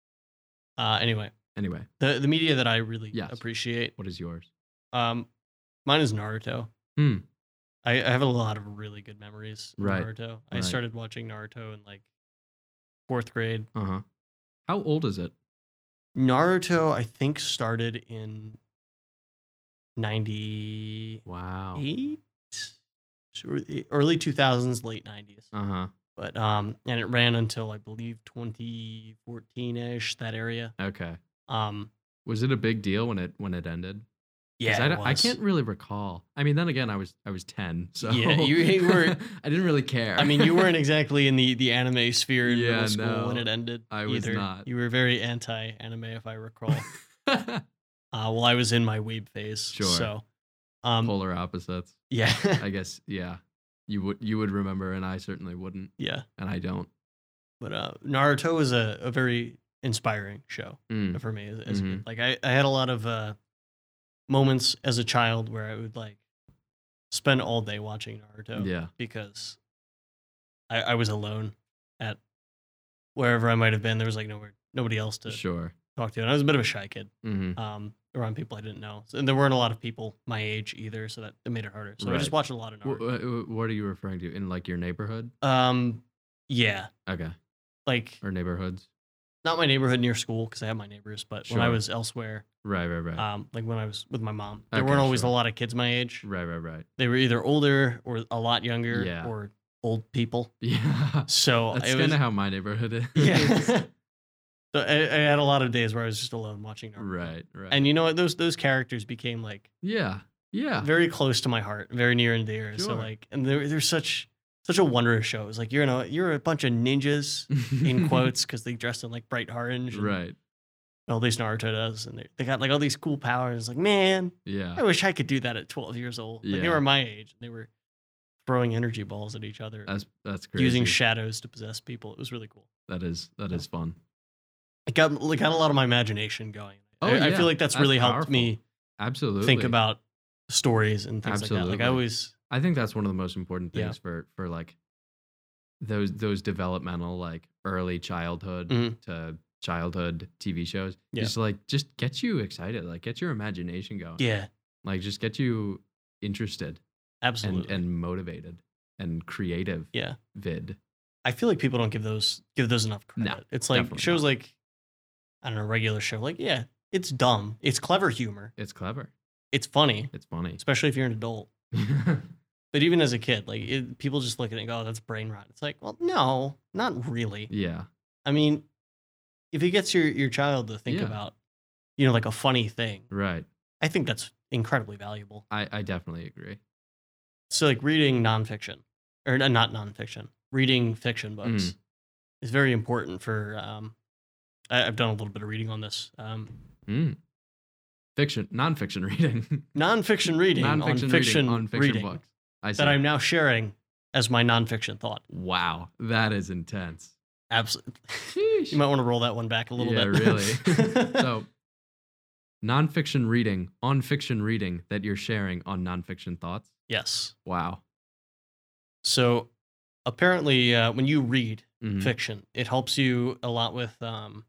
uh, anyway, anyway, the the media that I really Yes. appreciate. what is yours? Um, mine is Naruto. Hmm. I, I have a lot of really good memories. of Right, Naruto. I right. started watching Naruto in like fourth grade. Uh huh. How old is it? Naruto, I think, started in ninety Wow. eight, early two thousands, late nineties. Uh huh. but um and it ran until i believe 2014ish that area Okay. um Was it a big deal when it when it ended? 'Cause yeah I, it don't- I was. can't really recall. I mean, then again, I was I was ten, so Yeah, you- you were- I didn't really care. i mean you weren't exactly in the the anime sphere in Yeah, middle school when no, it ended I was either. not. you were very anti anime if i recall uh well i was in my weeb phase Sure. so um polar opposites. yeah I guess. Yeah, you would you would remember, and I certainly wouldn't, yeah and I don't. but uh naruto was a, a very inspiring show Mm, for me as, as a Mhm. kid. Like I, I had a lot of uh, moments as a child where I would like spend all day watching Naruto Yeah. because I, I was alone at wherever I might have been. There was like nowhere, nobody else to Sure. talk to, and I was a bit of a shy kid hmm um, around people I didn't know, so, and there weren't a lot of people my age either, so that it made it harder. So I just Right. watched a lot of Naruto. what are you referring to in like your neighborhood? Um, yeah, Okay, like uh or neighborhoods? not my neighborhood near school because I have my neighbors, but when I Sure. was elsewhere. Right, right, right, um, like when I was with my mom. There Okay, weren't always sure. a lot of kids my age. right, right, right. They were either older or a lot younger Yeah. or old people. Yeah, So that's it kind was, of how my neighborhood is. yeah. So I, I had a lot of days where I was just alone watching Naruto. Right, right. And you know what? Those those characters became like yeah, yeah. very close to my heart, very near and dear. So Sure. like, and there, there's such such a wondrous show. It was like you're in a you're a bunch of ninjas in quotes because they dressed in like bright orange. and- right. Well, at least Naruto does, and they they got like all these cool powers. Like man, I Yeah. wish I could do that at 12 years old. Like, They Yeah. were my age. and They were throwing energy balls at each other, That's that's crazy. using shadows to possess people. It was really cool. that is that is fun. It got it got a lot of my imagination going. Oh, I, I yeah. feel like that's, That's really helped powerful. me Absolutely. think about stories and things like that. Like I Absolutely. always, I think that's one of the most important Yeah. things for for like those those developmental like early childhood Mhm. to childhood TV shows. Yeah. Just like just get you excited, like get your imagination going. yeah, Like just get you interested and absolutely. and motivated and creative. Yeah. Vid. I feel like people don't give those give those enough No, credit. it's like definitely shows like I don't know, regular show. Like yeah, it's dumb. It's clever humor. It's clever. It's funny, It's funny. especially if you're an adult. But even as a kid, like it, people just look at it and go, "Oh, that's brain rot." It's like, well, no, not really. yeah. I mean, if it gets your your child to think Yeah. about, you know, like a funny thing, Right. I think that's incredibly valuable. I, I definitely agree. So like reading nonfiction, or n- not nonfiction, reading fiction books Mm. is very important for. Um, I, I've done a little bit of reading on this. Um, Mm. Fiction, nonfiction reading, nonfiction reading nonfiction on reading fiction on fiction reading books. I see. that I'm now sharing as my nonfiction thought. wow, that is intense. Absolutely, you might want to roll that one back a little Yeah, bit. really. so, nonfiction reading on fiction reading that you're sharing on nonfiction thoughts. yes. Wow. So apparently, uh, when you read Mhm. fiction, it helps you a lot with. Um,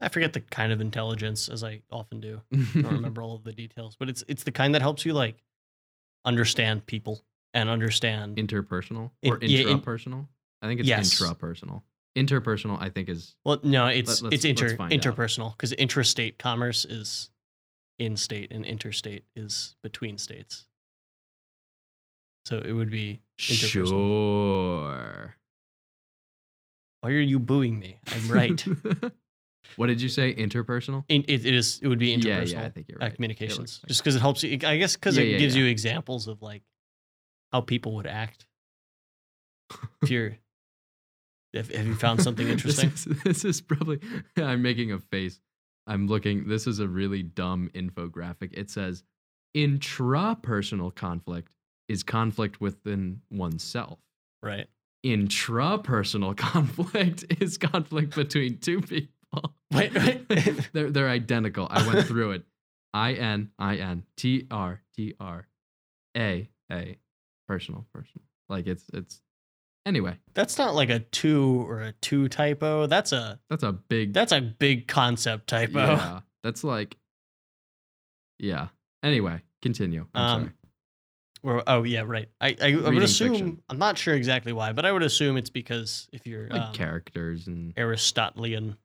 I forget the kind of intelligence, as I often do. I don't remember all of the details, but it's it's the kind that helps you like understand people and understand. Interpersonal In- or yeah, in- intrapersonal? I think it's Yes. intrapersonal. Interpersonal, I think is well, no, it's Let- let's- it's inter let's find out. interpersonal because intrastate commerce is in-state and interstate is between states. So it would be interpersonal. sure. Why are you booing me? I'm right. what did you say? Interpersonal? In, it, it is. It would be interpersonal. Yeah, yeah, I think you're uh, right. It communications looks like just because it helps you i guess because it Yeah, yeah, gives yeah. you examples of like how people would act if you're if, have you found something interesting this, is, this is probably. I'm making a face. I'm looking. This is a really dumb infographic. It says intrapersonal conflict is conflict within oneself. right Intrapersonal conflict is conflict between two people. Wait, wait. they're they're identical. I went through it. I N I N T E R T R A A personal personal. Like it's it's anyway. that's not like a two or a two typo that's a That's a big that's a big concept typo Yeah, that's like, yeah. Anyway, continue. I'm Um, Or, oh yeah right i i, I would Reading assume fiction. i'm not sure exactly why but i would assume it's because if you're sorry. Like um, characters and aristotelian if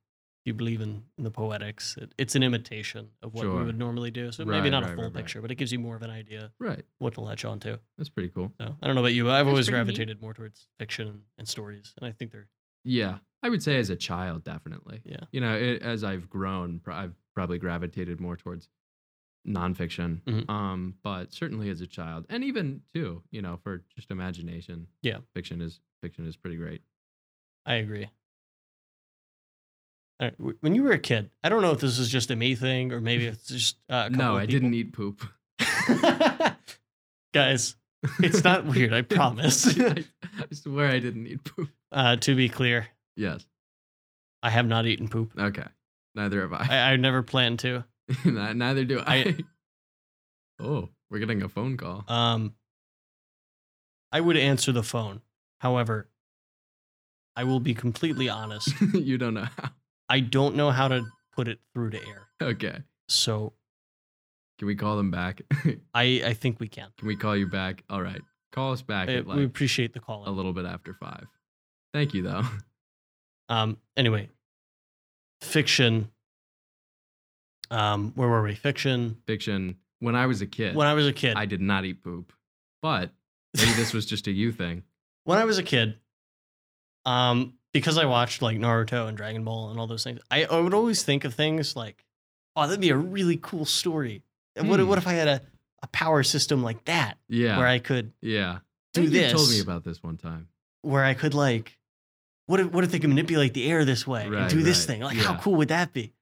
you believe in, in the poetics it, it's an imitation of what we Sure. would normally do so maybe Right, not a right, full right, right. picture but it gives you more of an idea right. what to latch on to That's pretty cool. So I don't know about you, but I've That's always pretty neat. gravitated more towards fiction and, and stories, and I think they're Yeah, I would say as a child, definitely. Yeah. You know, it, as I've grown, pro- I've probably gravitated more towards nonfiction. Mhm. Um, but certainly as a child, and even too, you know, for just imagination. Yeah. Fiction is fiction is pretty great. I agree. All right, w- When you were a kid, I don't know if this is just a me thing or maybe it's just uh, a couple No, of I people. didn't e eat poop. Guys, it's not weird. I promise. I, I swear I didn't eat poop. uh, to be clear, Yes. I have not eaten poop. Okay. Neither have I. I, I never planned to. Ni- Neither do I. I- oh, we're getting a phone call. Um, I would answer the phone. However, I will be completely honest. you don't know how. I don't know how to put it through to air. Okay. So Can we call them back? Can I, I think we can. we call you back? All right. Call us back Uh, at we like appreciate the call. a in. little bit after five. Thank you, though. Um, anyway, fiction. Um, where were we? Fiction. Fiction. When I was a kid, When I was a kid, I did not eat poop, but maybe this was just a you thing. when I was a kid, um, because I watched like Naruto and Dragon Ball and all those things, I, I would always think of things like, oh, that'd be a really cool story. And What, Hmm. what if I had a, a power system like that Yeah. where I could yeah. I do think You told this. me about this one time. where I could like, what if what if they could manipulate the air this way and Right, do this right. thing? Like, how Yeah. cool would that be?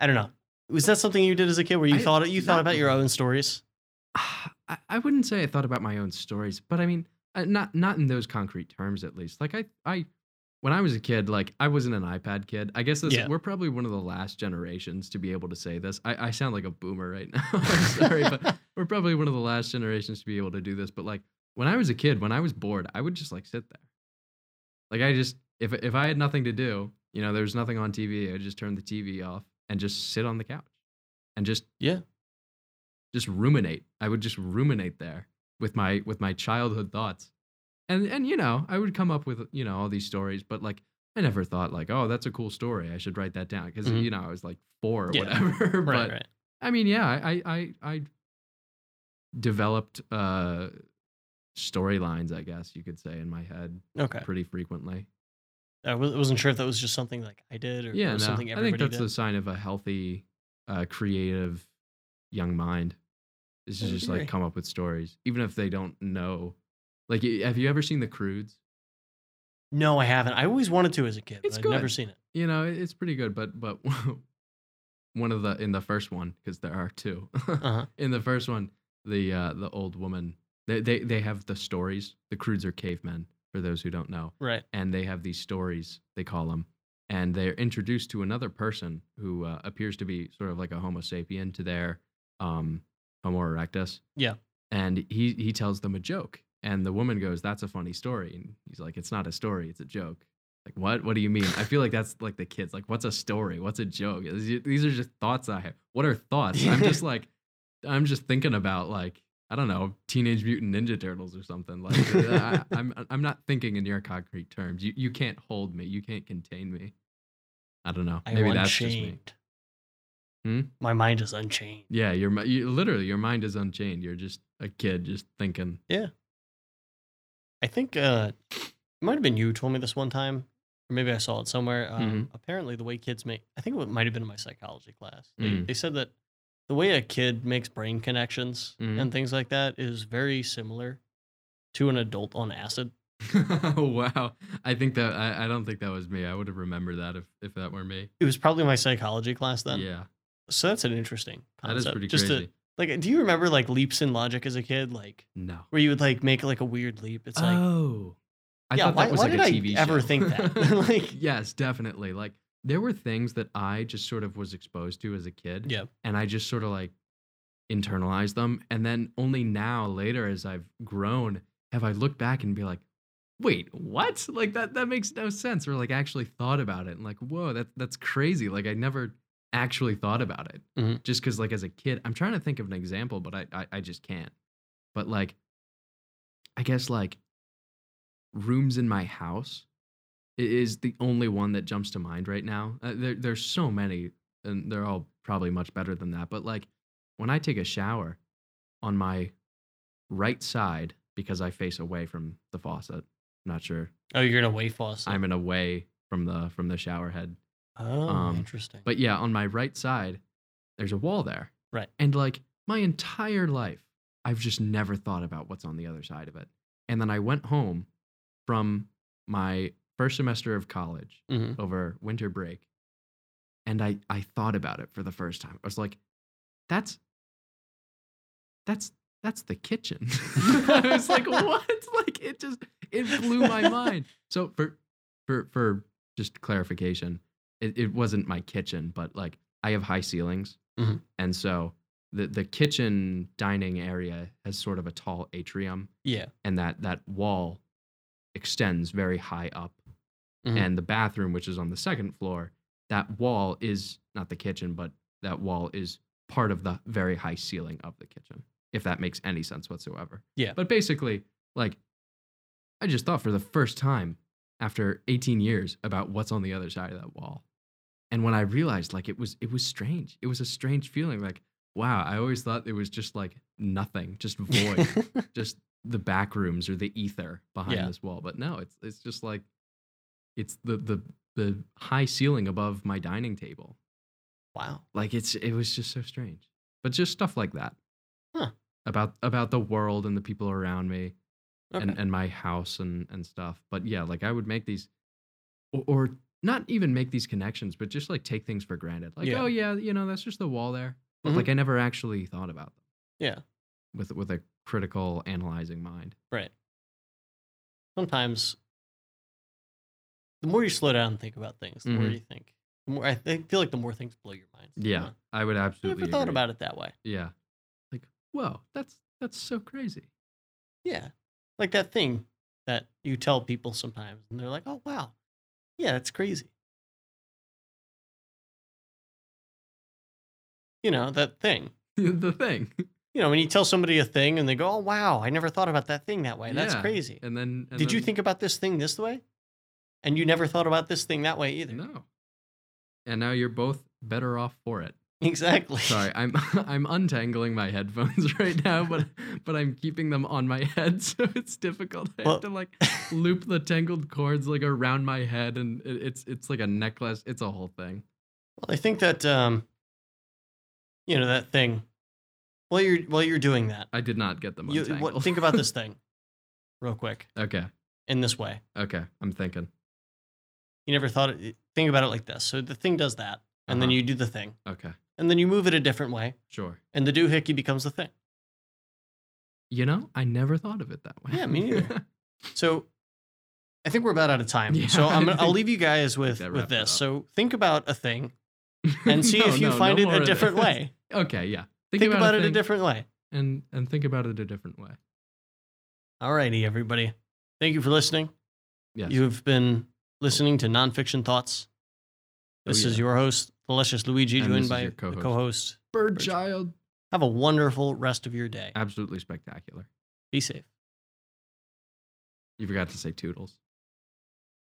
I don't know. Was that something you did as a kid where you I- thought you thought not- about your own stories? Ah, I, I wouldn't say I thought about my own stories, but I mean, uh, not not in those concrete terms, at least. Like I, I, when I was a kid, like I wasn't an iPad kid. I guess this, Yeah. we're probably one of the last generations to be able to say this. I, I sound like a boomer right now. I'm sorry, but we're probably one of the last generations to be able to do this. But like when I was a kid, when I was bored, I would just like sit there. Like I just if if I had nothing to do, you know, there was nothing on TV, I'd just turn the TV off and just sit on the couch and just Yeah. Just ruminate. I would just ruminate there with my with my childhood thoughts. And and you know, I would come up with, you know, all these stories, but like I never thought like, oh, that's a cool story. I should write that down because Mhm. you know, I was like 4 or Yeah. whatever, but Right, right. I mean, yeah, I I I, I developed uh storylines, I guess you could say, in my head Okay. pretty frequently. I wa- wasn't sure if that was just something like I did or if it Yeah, no, was something I think everybody that's did. a sign of a healthy, uh, creative, young mind. Is I to would just like agree. come up with stories, even if they don't know. Like, y- have you ever seen The Crudes? No, I haven't. I always wanted to as a kid, It's but I've never good. seen it. You know, it- it's pretty good, but but one of the in the first one because there are two. Uh-huh. in the first one, the uh, the old woman. They, they they have the stories. The Crudes are cavemen for those who don't know, Right. and they have these stories. They call them, and they're introduced to another person who uh, appears to be sort of like a Homo sapien to their um, Homo erectus. Yeah. and he he tells them a joke, and the woman goes, "That's a funny story," and he's like, "It's not a story. It's a joke." Like what? What do you mean? I feel like that's like the kids. Like, what's a story? What's a joke? These these are just thoughts I have. What are thoughts? I'm just like I'm just thinking about like I don't know Teenage Mutant Ninja Turtles or something. Like uh, I, I'm I'm not thinking in your concrete terms. You you can't hold me. You can't contain me. I don't know. I Maybe am that's just me. unchained. Hmm? My mind is unchained. Yeah, your mi- you, literally your mind is unchained. You're just a kid just thinking. I think uh, it might have been you who told me this one time, or maybe I saw it somewhere. Um, Mm-hmm. Apparently, the way kids make, I think it might have been in my psychology class. They, Mm. they said that the way a kid makes brain connections Mhm. and things like that is very similar to an adult on acid. wow. I think that I, I don't think that was me. I would have remembered that if if that were me. It was probably my psychology class then. yeah, So that's an interesting that concept. is pretty Just crazy. To, like, do you remember like leaps in logic as a kid? Like, no. where you would like make like a weird leap. It's like, oh, I Yeah, thought why- that was why like a did I TV show. ever think that? Like- yes, definitely. Like there were things that I just sort of was exposed to as a kid. Yeah. and I just sort of like internalized them, and then only now, later, as I've grown, have I looked back and be like. Wait, what? Like that that makes no sense. Or like actually thought about it and like, whoa, that that's crazy. Like I never actually thought about it. Mhm. Just because like as a kid, I'm trying to think of an example, but I, I I just can't. But like I guess like rooms in my house i- is the only one that jumps to mind right now. Uh, there, there's so many, and they're all probably much better than that. But like when I take a shower on my right side because I face away from the faucet. I'm not sure. oh, you're gonna wave faucet. I'm in a way from the from the shower head. oh, um, interesting. But yeah, on my right side, there's a wall there. Right. And like my entire life, I've just never thought about what's on the other side of it. And then I went home from my first semester of college Mhm. over winter break. And I, I thought about it for the first time. I was like, that's that's that's the kitchen. I was like, what? Like it just it blew my mind. So for for for just clarification, it, it wasn't my kitchen, but like I have high ceilings. Mhm. And so the, the kitchen dining area has sort of a tall atrium yeah. and that that wall extends very high up Mhm. and the bathroom which is on the second floor that wall is not the kitchen but that wall is part of the very high ceiling of the kitchen if that makes any sense whatsoever Yeah. but basically like i just thought for the first time after 18 years about what's on the other side of that wall and when i realized like it was it was strange it was a strange feeling like wow i always thought it was just like nothing just void just the back rooms or the ether behind Yeah. this wall. But no, it's it's just like it's the the the high ceiling above my dining table. Wow. Like it's it was just so strange. But just stuff like that. Huh. About about the world and the people around me Okay. and, and my house and, and stuff. But yeah, like I would make these or, or not even make these connections, but just like take things for granted. Like, Yeah. oh yeah, you know, that's just the wall there. But Mhm. like I never actually thought about them. Yeah. With with a critical analyzing mind. Right. Sometimes the more you slow down and think about things, the more Mhm. you think. The more I think, feel like the more things blow your mind. Yeah. Huh. I would I absolutely never thought agree. about it that way. Yeah. Like, whoa, that's that's so crazy. Yeah. Like that thing that you tell people sometimes and they're like, "Oh wow. Yeah, that's crazy." You know, that thing. the thing. You know, when you tell somebody a thing and they go, "Oh wow, I never thought about that thing that way. That's Yeah. crazy." And then and Did you then- think about this thing this way? And you never thought about this thing that way either. No. And now you're both better off for it. Exactly. Sorry, I'm I'm untangling my headphones right now, but but I'm keeping them on my head, so it's difficult. I Well- have to like loop the tangled cords like around my head, and it, it's it's like a necklace. It's a whole thing. Well, I think that um, you know that thing. While you're while you're doing that, I did not get them you, untangled. what, think about this thing, real quick, okay, in this way. okay, I'm thinking. You never thought it. Think about it like this. So the thing does that, and then Uh-huh. you do the thing, Okay, and then you move it a different way, sure. and the doohickey becomes the thing. You know, I never thought of it that way. Yeah, me neither. So I think we're about out of time. Yeah, so I'm gonna, I I'll think- leave you guys with that with wraps it this. up. So think about a thing and see if you find it a different way. Okay, yeah. Think, about, it a thing different way. and and think about it a different way. Alrighty, everybody. Thank you for listening. Yes. You've been listening to Nonfiction Thoughts. Oh, This is yeah. your host, Delicious Luigi, And joined this is by your the co-host. co-host. Bird Bird- child. Have a wonderful rest of your day. Absolutely spectacular. Be safe. You forgot to say toodles.